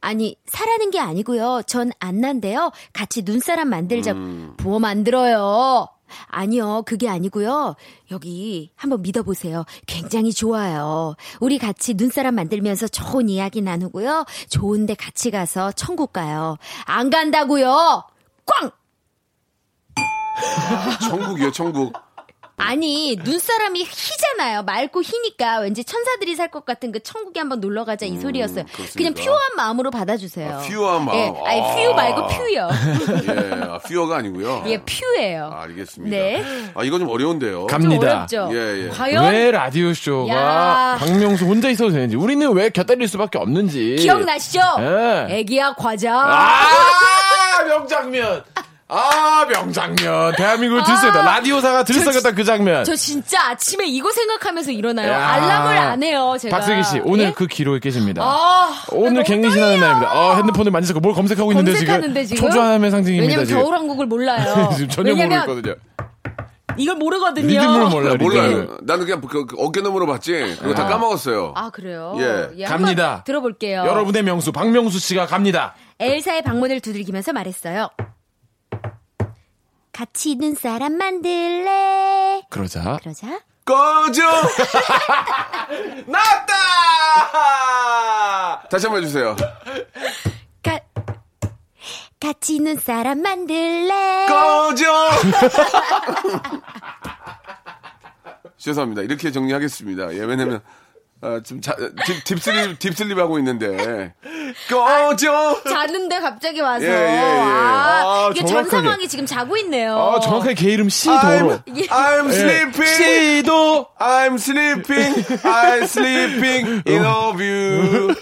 아니 사라는 게 아니고요. 전 안 난데요. 같이 눈사람 만들자.
음.
보험 안 들어요. 아니요, 그게 아니고요. 여기 한번 믿어보세요. 굉장히 좋아요. 우리 같이 눈사람 만들면서 좋은 이야기 나누고요. 좋은데 같이 가서 천국 가요. 안 간다고요. 꽝!
천국이요, 천국.
아니 눈사람이 희잖아요. 맑고 희니까 왠지 천사들이 살 것 같은 그 천국에 한번 놀러 가자 이 소리였어요.
음, 그렇습니까?
그냥 퓨어한 마음으로
아,
받아주세요.
퓨어한 마음.
예, 아니
아.
퓨 말고 퓨요.
예, 아, 퓨어가 아니고요.
예, 퓨예요.
아, 알겠습니다.
네.
아, 이거 좀 어려운데요.
감-
좀
갑니다.
어렵죠.
예, 예.
과연
왜 라디오 쇼가
야.
박명수 혼자 있어도 되는지 우리는 왜 곁다릴 수밖에 없는지
기억나시죠?
예.
애기야 과자.
아 명장면 아 명장면
아.
대한민국을 들썩였다 라디오사가 들썩였다 그 장면
저 진짜 아침에 이거 생각하면서 일어나요.
야.
알람을 안 해요, 제가.
박슬기 씨 오늘
예?
그 기록에 깨집니다
아,
오늘
너무
굉장히 신나는 날입니다. 아, 핸드폰을 만지고 뭘 검색하고 있는데 지금,
검색하는데 지금.
초조함의 상징입니다.
왜냐면
지금.
겨울 한국을 몰라요.
지금 전혀
왜냐면
모르겠거든요.
이걸 모르거든요.
리듬을 몰라요.
네. 몰라요.
리듬을.
나는 그냥 그, 그 어깨너머로 봤지. 그거 다 까먹었어요.
아 그래요.
예.
한번
갑니다.
들어볼게요.
여러분의 명수 박명수 씨가 갑니다.
엘사의 방문을 두들기면서 말했어요. 같이 눈사람 만들래.
그러자
그러자
꺼져!
났다.
다시 한번 해주세요.
가, 같이 눈사람 만들래.
꺼져! 죄송합니다. 이렇게 정리하겠습니다. 예, 왜냐면, 아, 지금 자, 딥, 딥슬립, 딥슬립 하고 있는데.
아.
꺼져!
자는데 갑자기 와서
예, 예, 예.
아,
아, 이게
정확하게.
전사망이 지금 자고 있네요.
아 정확하게 개 이름 시도로.
I'm, I'm sleeping!
시도.
I'm sleeping, I'm sleeping in of you.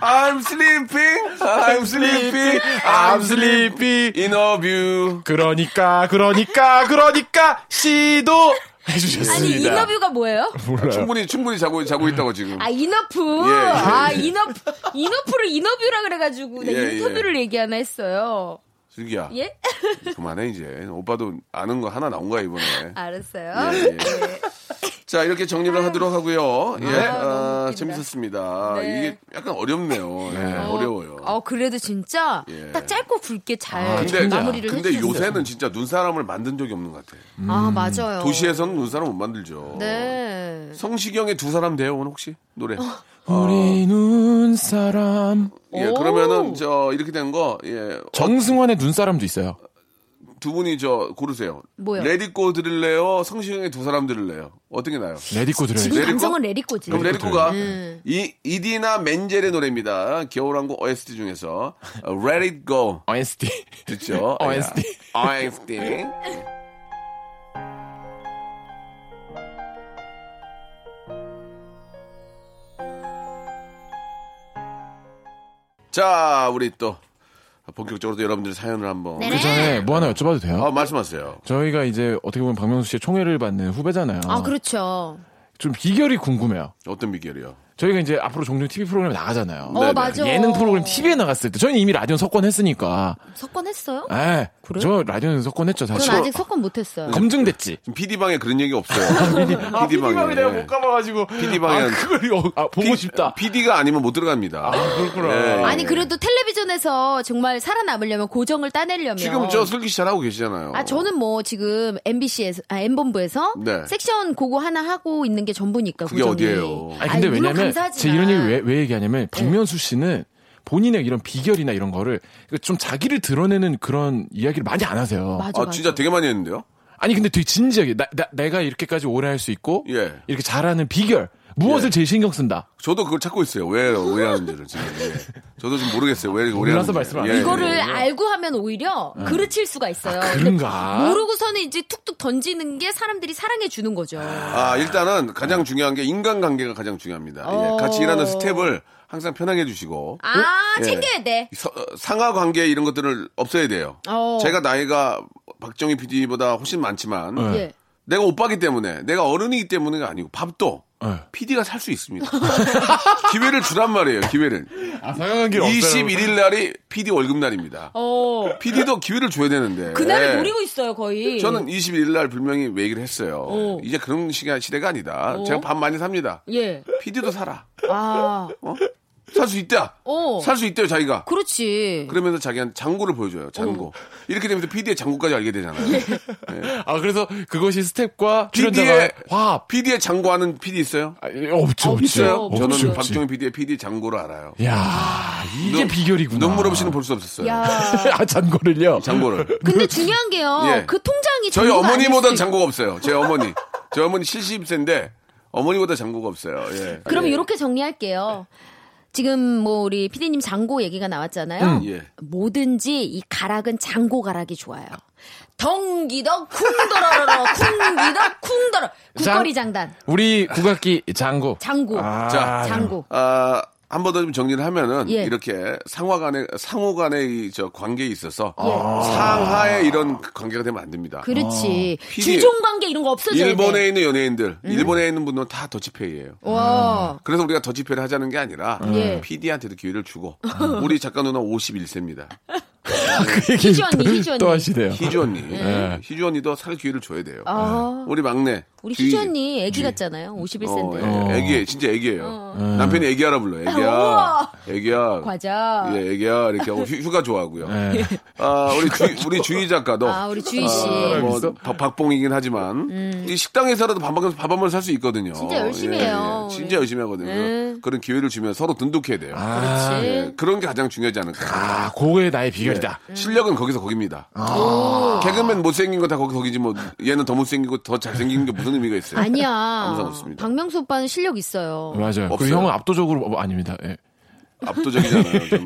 I'm sleeping, I'm sleeping, I'm sleeping in of you.
그러니까 그러니까 그러니까 시도
아니
해주셨습니다.
인어뷰가 뭐예요?
아, 충분히 충분히 자고 자고 있다고 지금.
아 인어프
예, 예,
아
예.
인어프 인어프를 인어뷰라 그래가지고 나
예, 예.
인터뷰를 얘기하나 했어요.
슬기야.
예?
그만해 이제. 오빠도 아는 거 하나 나온 거야 이번에.
알았어요.
예, 예. 자 이렇게 정리를 하도록 하고요. 예,
아,
아,
너무 웃긴다.
재밌었습니다.
네.
이게 약간 어렵네요. 예, 어려워요.
어 그래도 진짜
예.
딱 짧고 굵게 잘
아,
근데
마무리를
근데
해주셨어요.
요새는 진짜 눈사람을 만든 적이 없는 것 같아요.
아 맞아요.
도시에서는 눈사람 못 만들죠. 어.
네. 어.
성시경의 두 사람 돼요 오늘 혹시 노래.
우리 눈사람
예,
오.
그러면은 저 이렇게 된 거 예.
정승환의 눈사람도 있어요.
두 분이 저 고르세요.
뭐요?
레디코 들을래요? 성시경의 두 사람 들을래요? 어떤 게 나요?
레디코 들어야죠.
지금
레리코?
감성은 네. 레리코지.
그럼 레디코가
네.
이 이디나 멘젤의 노래입니다. 겨울왕국 OST 중에서 어, Let It Go
OST.
듣죠.
어,
OST.
예. OST. 예. 자, 우리 또 본격적으로 또 여러분들 사연을 한번
네.
그 전에 뭐 하나 여쭤봐도 돼요?
아, 말씀하세요.
저희가 이제 어떻게 보면 박명수 씨의 총애를 받는 후배잖아요.
아 그렇죠.
좀 비결이 궁금해요.
어떤 비결이요?
저희가 이제 앞으로 종종 TV 프로그램에 나가잖아요.
네네.
어 맞아.
예능 프로그램 TV에 나갔을 때 저희는 이미 라디오 석권했으니까.
석권했어요?
에,
그래요?
저 라디오는 석권했죠
전
사실.
아직 석권 못했어요.
네. 검증됐지.
지금 PD방에 그런 얘기 없어요.
아,
PD방에.
가봐가지고.
PD방에.
아, 그걸 여- 아, 보고 싶다.
PD가 아니면 못 들어갑니다.
그렇구나.
예, 예.
아니 그래도 텔레비전에서 정말 살아남으려면 고정을 따내려면
지금 저 슬기 씨 잘하고 계시잖아요.
아 저는 뭐 지금 MBC에서 아 M본부에서
네.
섹션 그거 하나 하고 있는 게 전부니까
그게
고정이.
어디예요?
아니 근데
아니, 물론
왜냐면 제
감사하지만. 네.
이런 얘기 왜, 왜 얘기하냐면 박명수 씨는 본인의 이런 비결이나 이런 거를 그 좀 자기를 드러내는 그런 이야기를 많이 안 하세요.
맞아
아,
맞아.
진짜 되게 많이 했는데요?
아니 근데 되게 진지하게 나, 나- 내가 이렇게까지 오래 할 수 있고
예.
이렇게 잘하는 비결 무엇을 제일 신경 쓴다.
저도 그걸 찾고 있어요. 왜 오해하는지를 지금. 예. 저도 지금 모르겠어요. 왜
몰라서
오해하는지.
말씀 안
예,
하세요.
이거를
예, 예.
알고 하면 오히려
네.
그르칠 수가 있어요.
아,
그런가?
근데 모르고서는 이제 툭툭 던지는 게 사람들이 사랑해 주는 거죠.
아, 일단은 가장 중요한 게 인간관계가 가장 중요합니다.
어.
예, 같이 일하는 스텝을 항상 편하게 해주시고.
아,
예.
챙겨야 돼.
서- 상하 관계 이런 것들을 없애야 돼요.
어.
제가 나이가 박정희 PD보다 훨씬 많지만
예.
예.
내가 오빠기 때문에 내가 어른이기 때문에가 아니고 밥도
예.
PD가 살 수 있습니다. 기회를 주란 말이에요. 기회를.
아, 상관한 게
21일 날이 PD 월급 날입니다.
어.
PD도 기회를 줘야 되는데.
그날을
예.
노리고 있어요, 거의.
저는 21일 날 분명히 왜 얘기를 했어요.
어.
이제 그런 시간 시대가 아니다. 제가 밥 많이 삽니다.
예.
PD도 살아.
아.
살 수 있다.
어.
살 수 있대요, 자기가.
그렇지. 어.
그러면서 자기한테 장구를 보여줘요. 장구. 이렇게 되면서 PD의 장구까지 알게 되잖아요.
예.
아 그래서 그것이 스텝과 출연자가
PD의
화합.
PD의 장구 하는 PD 있어요?
아, 없죠, 없죠.
있어요?
없죠,
저는
없죠. 예.
박종희 PD의 PD 장구를 알아요.
야 이게
눈-
비결이구나.
눈물 없이는 볼 수 없었어요.
야.
아 잔고를요.
장구를.
근데 중요한 게요.
예.
그 통장이
저희
전부가
어머니보다
아닐 수 있-
장구가 없어요. 제 어머니. 제 어머니 70세인데 어머니보다 장구가 없어요. 예.
그럼
예.
이렇게 정리할게요. 지금 뭐 우리 피디님 장고 얘기가 나왔잖아요.
그
예.
뭐든지 이 가락은 장고 가락이 좋아요. 덩기덕 쿵더러러러 쿵기덕 쿵더러 국거리
장-
장단
우리 국악기 장고.
장고
아.
자,
장고
아, 한 번 더 좀 정리를 하면은
예.
이렇게 상하 간의 상호 간의 이 저 관계에 있어서 상하의 이런 그 관계가 되면 안 됩니다.
예. 아. 그렇지
어, 피디-
주종 관계 이런 거 없어져야
일본에
돼.
있는 연예인들,
음.
일본에 있는 분들은 다 더치페이예요.
와
그래서 우리가 더치페이를 하자는 게 아니라
어. 예.
PD한테도 기회를 주고 우리 작가 누나 51세입니다.
그 얘기
희주 언니,
또-
희주 언니.
또 하시네요.
희주 언니, 희주 언니도 살 기회를 줘야 돼요.
예.
네.
아.
우리 막내
우리
주희.
희주 언니 애기 같잖아요.
어,
51세인데.
예. 애기 진짜 애기예요. 남편이 애기야라 불러. 애기야,
우와.
애기야.
과자.
예, 애기야 이렇게 하고 휴, 휴가 좋아하고요.
예.
아, 우리 주, 우리 주희 작가도
아 우리 주희 씨. 음.
아, 뭐
있어?
박- 박봉이긴 하지만 이 식당에서라도 밥먹으면서 밥 한 번 살 수 있거든요. 예,
진짜 열심히 해요.
진짜 열심히 하거든요.
네.
그런 기회를 주면 서로 든독해야 돼요.
그렇지.
예, 그런 게 가장 중요하지 않을까.
아 고의 나의 비결이다.
예, 실력은 거기서 거깁니다. 개그맨 못생긴 거 다 거기 거기지 뭐 얘는 더 못생기고 더 잘생긴 게 무슨 의미가 있어요?
아니야.
항상 웃습니다.
박명수 오빠는 실력 있어요.
맞아요. 그
없어요.
형은 압도적으로 어, 아닙니다. 예.
압도적이잖아요. 좀.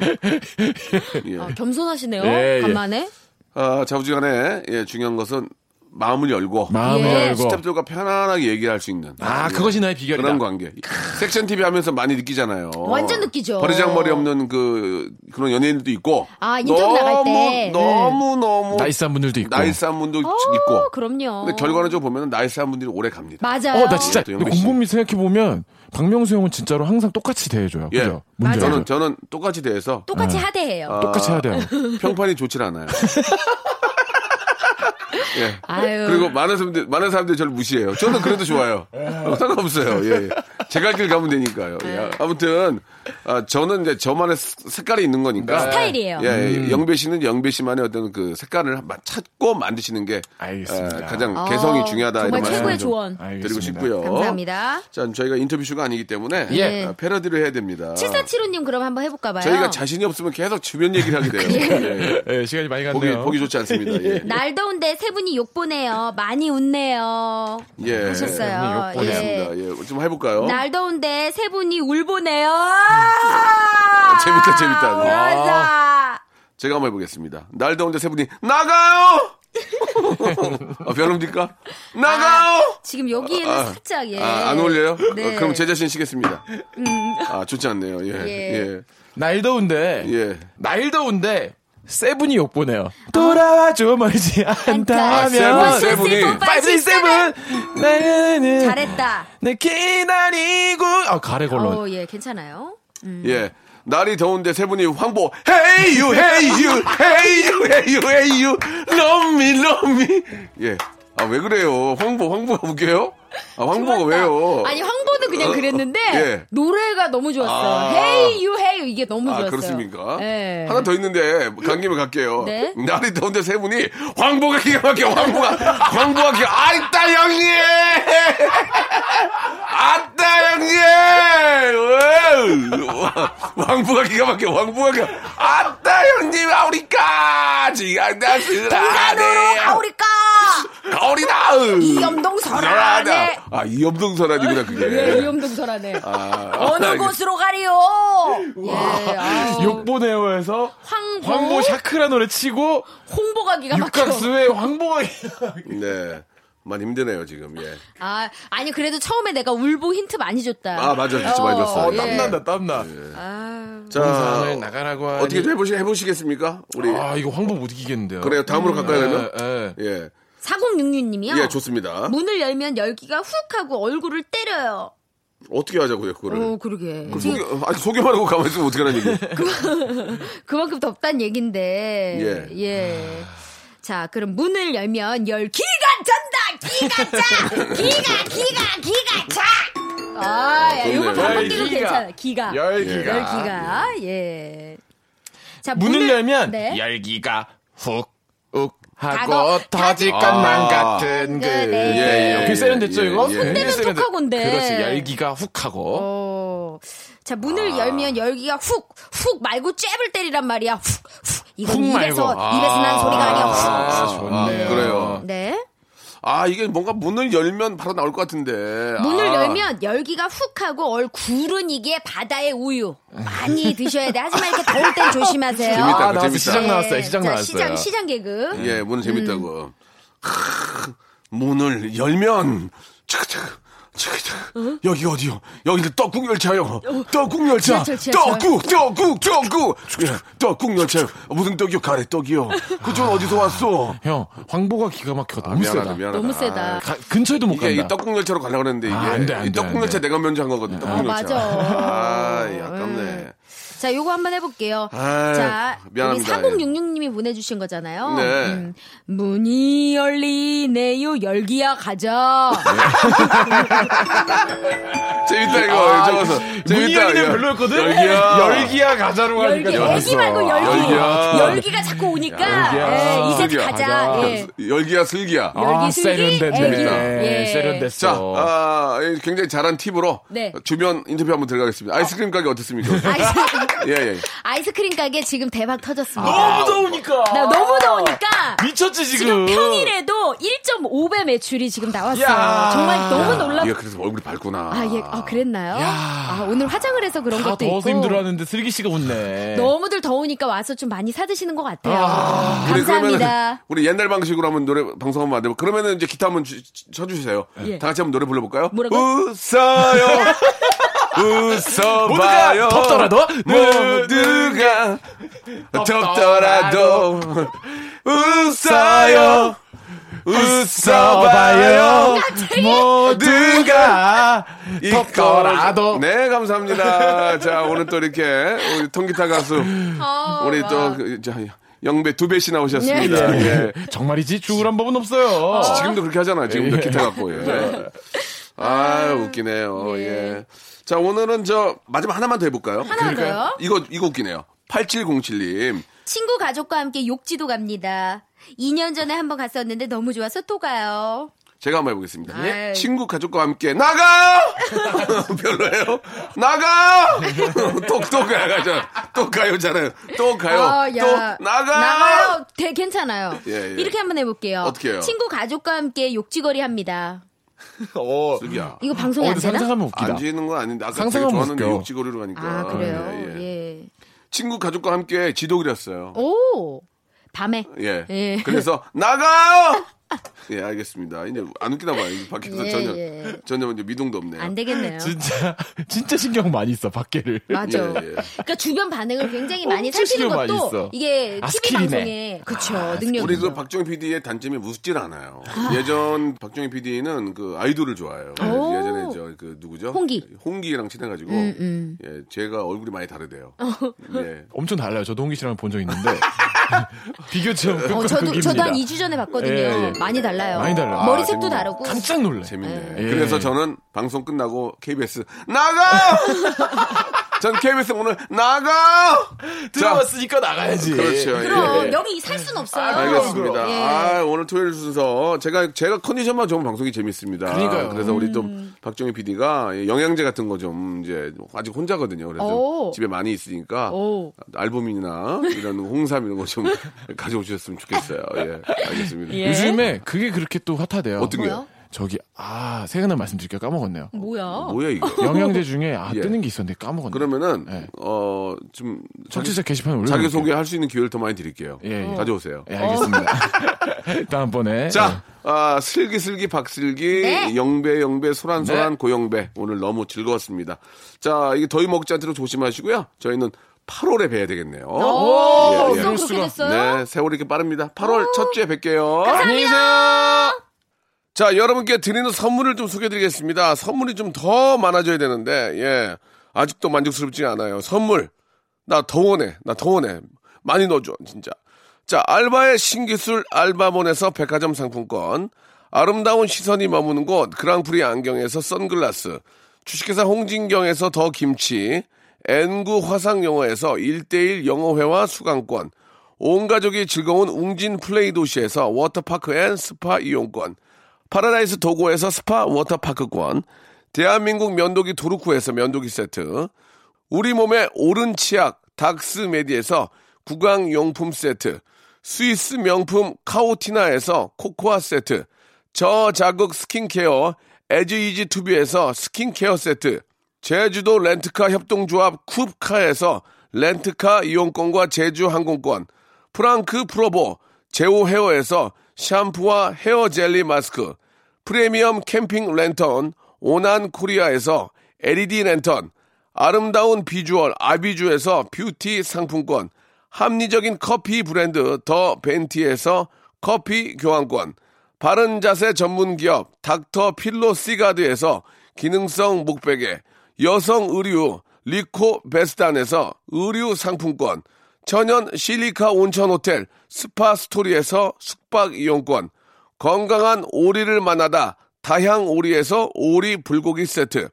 예.
아, 겸손하시네요.
예, 예.
간만에.
아, 자부지간에 예, 중요한 것은 마음을 열고
마음을
예.
열고.
스탭들과 편안하게 얘기할 수 있는 예.
아 그것이 나의 비결이다.
그런 관계. 섹션 TV 하면서 많이 느끼잖아요.
완전 느끼죠.
버리장머리 없는 그 그런 연예인들도 있고.
아, 인터뷰 나갈 때. 음. 어,
너무 너무
나이스한 분들도 있고.
어, 나이스한 분도 어, 있고.
그럼요.
근데 결과적으로 보면 나이스한 분들이 오래 갑니다.
맞아요.
어, 나 진짜
예, 또 영미 씨.
곰곰이 생각해 보면 박명수 형은 진짜로 항상 똑같이 대해줘요.
예.
그죠? 문제
맞아요.
저는
저는
저는 똑같이 대해서
똑같이 하대해요.
아,
똑같이 해야 돼요.
평판이 좋질 않아요. 예.
아유.
그리고 많은 사람들 많은 사람들이 저를 무시해요. 저는 그래도 좋아요.
네.
어, 상관없어요. 예. 예. 제가 길 가면 되니까요.
네.
예. 아무튼 아, 저는 이제 저만의 스- 색깔이 있는 거니까
네, 스타일이에요.
예, 예.
음.
영배 씨는 영배 씨만의 어떤 그 색깔을 마- 찾고 만드시는 게
알겠습니다.
에, 가장
어,
개성이 중요하다
정말
이런 말씀
최고의
좀
조언.
알겠습니다.
드리고 싶고요.
감사합니다.
자, 저희가 인터뷰쇼가 아니기 때문에
예.
아, 패러디를 해야 됩니다.
7475님 그럼 한번 해볼까 봐요.
저희가 자신이 없으면 계속 주변 얘기를 하게 돼요. 예, 예.
예, 시간이 많이
보기,
갔네요.
보기 좋지 않습니다. 예.
날 더운데 세 분이 욕 보내요. 많이 웃네요.
예.
하셨어요.
욕 보냈습니다.
예.
알겠습니다. 예, 좀 해볼까요?
날 더운데 세 분이 울 보내요.
음.
아,
재밌다, 아. 재밌다.
울어라.
제가 한번 해보겠습니다. 날 더운데 세 분이 나가요. 아, 변합니까? 나가요.
지금 여기에는 아, 살짝 예.
아, 안 어울려요?
네.
어,
음.
그럼 제 자신 시겠습니다. 아 좋지 않네요. 예, 예,
예.
날 더운데
예.
날 더운데 세븐이 욕 보내요. 돌아와줘 멀지
아, 세븐,
않다면 뭐
세븐이
파이브 세븐 나는
잘했다.
내 기다리고 아 가래 걸러.
어, 예, 괜찮아요.
예. 날이 더운데 세 분이 황보 Hey you, Hey you, Hey you, Hey you, Hey you, Love me, Love me. 예. 아 왜 그래요? 황보, 황보가 웃겨요? 아 황보가 왜요? 어,
아니 황보는 그냥 그랬는데
예.
노래가 너무 좋았어.
아.
요 헤이 유 헤이 유 이게 너무
아,
좋았어요.
그렇습니까?
예.
하나 더 있는데 간 김에 갈게요.
네.
날이 더운데 세 분이 황보가 기가 막혀. 황보가 황보가 기가 아따 형님. 아따 형님. 와우. 황보가 기가 막혀. 황보가 기가 아따 형님 아우리까 지가 나스라
산으로 가오리까
가오리다.
이염동 설안에
아 이염동 설아니구나 그게.
예, 이염동설안에
아,
어느
알겠-
곳으로 가리요? 예, 아우.
욕 보내요에서
황보,
황보 샤크라 노래 치고
홍보가 기가 막혀.
육각수의 황보가
네. 많이 힘드네요 지금. 예.
아 아니 그래도 처음에 내가 울보 힌트 많이 줬다.
아, 맞아. 진짜 많이 줬어. 어,
땀난다 땀나.
자 어,
공산을 예. 나가라고 하니.
아, 어떻게 좀 해보시 해보시겠습니까? 우리
아 이거 황보 못 이기겠는데요.
그래요. 다음으로 갈까요, 그러면?
예, 예.
예.
4066님이요.
예, 좋습니다.
문을 열면 열기가 훅 하고 얼굴을 때려요.
어떻게 하자고요, 그거를.
오 그러게.
그
지금
소개, 아니, 소개만 하고 가만히 있으면 어떻게 하는 얘기
그만큼 덥단 얘긴데.
예.
예. 자, 그럼 문을 열면 열 기가 찬다! 기가 차! 기가, 기가, 기가 차! 아, 야,
좋네.
요거 반복되고
열기가.
괜찮아. 기가.
열기가.
열기가. 예. 자,
문을 열면
네.
열기가 훅욱
가고
하고
아.
터질까 만 같은 그.
네, 네.
예, 예.
예, 예. 세련됐죠,
예,
이거?
예.
굉장히 세련됐-
톡하고인데.
그렇지, 열기가 훅 하고.
어. 자, 문을
아.
열면 열기가 훅, 훅 말고 잽을 때리란 말이야. 훅, 훅. 이건
훅 말고.
입에서, 입에서 난 소리가 아니야. 훅.
아,
훅.
좋네요.
아, 그래요.
네.
아, 이게 뭔가 문을 열면 바로 나올 것 같은데.
문을
아.
열면 열기가 훅 하고 얼 구른 이게 바다의 우유. 많이 드셔야 돼. 하지만 이렇게 더울 땐 조심하세요.
재밌다, 그거
아, 나왔어.
재밌다.
시장 나왔어요.
예.
시장
자,
나왔어요.
시장, 시장 개그.
예, 문은 재밌다고.
음.
크으, 문을 열면 차크차크 차크차크 여기 어디요? 여기는 떡국 열차요.
어,
떡국 열차.
지하철, 지하철.
떡국 떡국 떡국 예, 떡국 열차요. 무슨 떡이요? 가래 떡이요. 그쪽 어디서 왔어?
형, 황보가 기가 막혀.
아,
너무
미안하다,
세다.
미안하다. 아,
너무 세다.
가- 근처에도 못
이게 이
간다.
떡국 열차로 가려고 그랬는데 이게
아, 안 돼, 안
이
돼,
떡국
안
열차
돼.
내가 면제한 거거든. 떡국
아,
열차.
맞아.
아, 이 아깝네.
자, 요거 한번 해볼게요.
아유,
자,
미안합니다.
우리 4066님이 보내주신 거잖아요. 음,
네.
문이 열리네요. 열기야 가자.
재밌다 이거. 적어서.
아, 문이
재밌다.
열리면
이거.
별로였거든?
열기야.
열기야 가자로
열기,
하니까.
애기 말고 열기.
열기야.
열기가 자꾸 오니까.
열기야.
예, 이제
열기야.
가자.
가자.
예.
열기야 슬기야.
아,
열기 슬기,
세련됐네.
애기. 예.
세련됐어.
자, 아, 예, 굉장히 잘한 팁으로
네.
주변 인터뷰 한번 들어가겠습니다. 아이스크림 가게 어떻습니까?
아이스,
예, 예.
아이스크림 가게 지금 대박 터졌습니다.
아.
너무 더우니까.
나 너무 더우니까.
아. 미쳤지, 지금.
지금 평일에도 1.5배 매출이 지금 나왔어요.
야.
정말 너무
얘
놀랍.
그래서 아, 얼굴이 밝구나.
아, 예, 아, 그랬나요? 아, 오늘 화장을 해서 그런
다
것도 있고.
더워서 힘들어하는데 슬기 씨가 웃네.
너무들 더우니까 와서 좀 많이 사드시는 것 같아요.
우리 그러면은
감사합니다.
우리 옛날 방식으로 한번 노래 방송 한번 만들고 그러면은 이제 기타 한번 주- 쳐주세요.
예.
다 같이 한번 노래 불러볼까요?
뭐라고?
웃어요. 웃어봐요.
모두가 덥더라도.
모두가 덥더라도 웃어요.
아,
웃어봐요. 모두가
덥더라도.
네 감사합니다. 자 오늘 또 이렇게 우리 통기타 가수
아.
우리 또 그, 자, 영배 두 배씩 나오셨습니다. 예.
정말이지 죽으란 법은 없어요.
지금도 그렇게 하잖아요. 지금도 기타 갖고. 예. 아 웃기네요. 예. 자 오늘은 저 마지막 하나만 더 해볼까요?
하나만 더요?
이거 이거 웃기네요. 8707님.
친구 가족과 함께 욕지도 갑니다. 2년 전에 한번 갔었는데 너무 좋아서 또 가요.
제가 한번 해보겠습니다.
아이.
친구 가족과 함께 나가 별로예요. 나가 똑똑 가가죠. 또 가요잖아요. 또 가요.
아, 야.
또 나가.
나가요. 되 괜찮아요.
예, 예.
이렇게 한번 해볼게요.
어떻게 해요?
친구 가족과 함께 욕지거리 합니다.
어,
슬기야.
이거 방송이 안
근데
되나?
상상하면 웃기다.
앉아있는 건 아닌데 아까 되게
상상하면
좋아하는데
웃겨.
욕지거리로 가니까.
아 그래요.
예, 예.
예.
친구 가족과 함께 지독이랬어요.
오 밤에.
예.
예.
그래서 나가. 예, 알겠습니다. 이제 안 웃기나 봐요. 이제 밖에서
예,
전혀
예.
전혀 이제 미동도 없네요.
안 되겠네요.
진짜 진짜 신경 많이 써 밖에를.
맞아.
예, 예.
그러니까 주변 반응을 굉장히
어,
많이
엄청
살피는
신경 많이
것도
있어.
이게
아,
TV
스킬이네.
방송에 그쵸 능력이.
우리 그 박정 PD의 단점이 웃질 않아요. 예전 박정 PD는 그 아이돌을 좋아해요.
오.
예전에 저 그 누구죠?
홍기. 음,
홍기랑 친해가지고 예, 제가 얼굴이 많이 다르대요.
어.
예.
엄청 달라요. 저도 홍기 씨랑 본 적 있는데 비교 체험 끝과
어, 저도
극입니다.
저도 한 2주 전에 봤거든요.
예, 예.
많이 달라요.
많이 달라요. 뭐
아,
머리색도
재밌네.
다르고.
깜짝 놀래.
재밌네.
예.
그래서 저는 방송 끝나고 KBS 나가. 전 KBS 오늘 나가. 자,
들어왔으니까 나가야지.
그렇죠. 예.
그럼 여기 살
아,
순 없어요.
알겠습니다.
예.
아, 오늘 토요일 순서 제가 제가 컨디션만 좋으면 방송이 재밌습니다.
그러니까요. 음.
그래서 우리 좀 박정희 PD가 예, 영양제 같은 거 좀 이제 아직 혼자거든요. 그래서
오.
집에 많이 있으니까
오.
알부민이나 이런 홍삼 이런 거 좀 가져오셨으면 좋겠어요. 예, 알겠습니다.
예.
요즘에 그게 그렇게 또 핫하대요.
어떤 게요?
뭐요?
저기 아 생각나 말씀드릴게요. 까먹었네요.
뭐야?
뭐야 이거?
음.
영양제 중에 아
예.
뜨는 게 있었는데 까먹었네.
그러면은
네.
어좀
청취자 게시판에 올려.
자기 소개 할 수 있는 기회를 더 많이 드릴게요.
예, 예.
가져오세요.
예, 알겠습니다.
어.
다음번에 예.
자,
네.
아, 슬기슬기 박슬기,
네.
영배 영배 소란소란
네.
고영배 오늘 너무 즐거웠습니다. 자, 이게 더위 먹지 않도록 조심하시고요. 저희는 8월에 뵈야 되겠네요.
오,
예,
벌써
이럴
그렇게
수가.
됐어요?
네, 세월이 이렇게 빠릅니다. 8월 첫 주에 뵐게요.
안녕히 계세요.
자, 여러분께 드리는 선물을 좀 소개드리겠습니다. 선물이 좀 더 많아져야 되는데, 예. 아직도 만족스럽지 않아요. 선물. 나 더 원해. 나 더 원해. 많이 넣어줘, 진짜. 자, 알바의 신기술 알바몬에서 백화점 상품권. 아름다운 시선이 머무는 곳, 그랑프리 안경에서 선글라스. 주식회사 홍진경에서 더 김치, N구 화상영어에서 1대1 영어회화 수강권, 온 가족이 즐거운 웅진 플레이 도시에서 워터파크 앤 스파 이용권, 파라다이스 도고에서 스파 워터파크권, 대한민국 면도기 도루쿠에서 면도기 세트, 우리 몸의 오른 치약 닥스메디에서 구강용품 세트, 스위스 명품 카오티나에서 코코아 세트, 저자극 스킨케어 에즈이지 투비에서 스킨케어 세트, 제주도 렌트카 협동조합 쿱카에서 렌트카 이용권과 제주 항공권, 프랑크 프로보 제오 헤어에서 샴푸와 헤어 젤리 마스크, 프리미엄 캠핑 랜턴 오난 코리아에서 LED 랜턴, 아름다운 비주얼 아비주에서 뷰티 상품권, 합리적인 커피 브랜드 더 벤티에서 커피 교환권, 바른 자세 전문 기업 닥터 필로 시가드에서 기능성 목베개, 여성 의류 리코 베스단에서 의류 상품권, 천연 실리카 온천 호텔 스파 스토리에서 숙박 이용권, 건강한 오리를 만나다 다향 오리에서 오리 불고기 세트,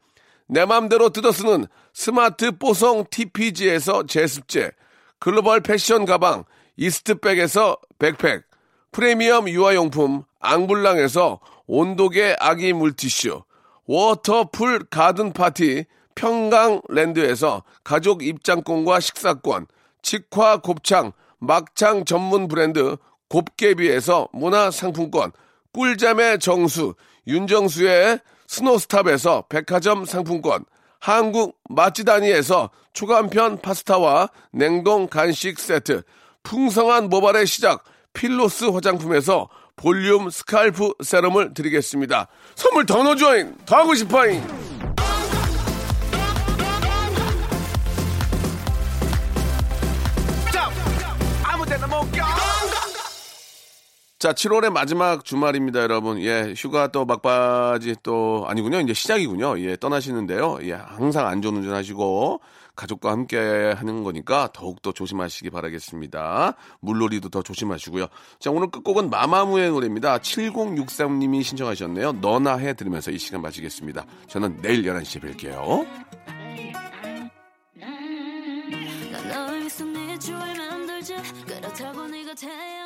내 맘대로 뜯어쓰는 스마트 뽀송 TPG에서 제습제, 글로벌 패션 가방 이스트백에서 백팩, 프리미엄 유아용품 앙블랑에서 온도계 아기 물티슈, 워터풀 가든 파티 평강랜드에서 가족 입장권과 식사권, 직화 곱창 막창 전문 브랜드 곱개비에서 문화상품권, 꿀잠의 정수 윤정수의 스노스탑에서 백화점 상품권, 한국 맛지다니에서 초간편 파스타와 냉동 간식 세트, 풍성한 모발의 시작 필로스 화장품에서 볼륨 스칼프 세럼을 드리겠습니다. 선물 더 넣어줘잉! 더 하고 싶어잉! 자, 7월의 마지막 주말입니다, 여러분. 예, 휴가 또 막바지 또 아니군요. 이제 시작이군요. 예, 떠나시는데요. 예, 항상 안전 운전하시고 가족과 함께 하는 거니까 더욱더 조심하시기 바라겠습니다. 물놀이도 더 조심하시고요. 자, 오늘 끝곡은 마마무의 노래입니다. 7063님이 신청하셨네요. 너나 해 들으면서 이 시간 마치겠습니다. 저는 내일 11시에 뵐게요.
난 너의 손에 줄을 만들지 그렇다고 네가 태양